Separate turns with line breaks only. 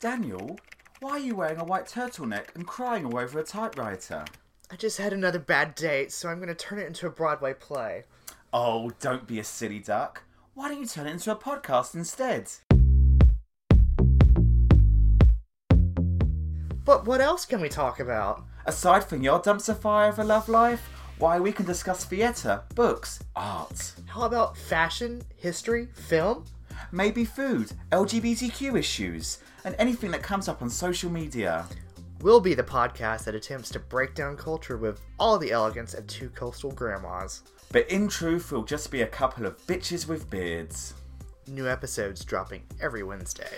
Daniel, why are you wearing a white turtleneck and crying all over a typewriter?
I just had another bad date, so I'm going to turn it into a Broadway play.
Oh, don't be a silly duck. Why don't you turn it into a podcast instead?
But what else can we talk about?
Aside from your dumpster fire of a love life, why we can discuss theatre, books, art,
How about fashion, history, film?
maybe food, LGBTQ issues, and anything that comes up on social media.
We'll be the podcast that attempts to break down culture with all the elegance of two coastal grandmas.
But in truth, we'll just be a couple of bitches with beards.
New episodes dropping every Wednesday.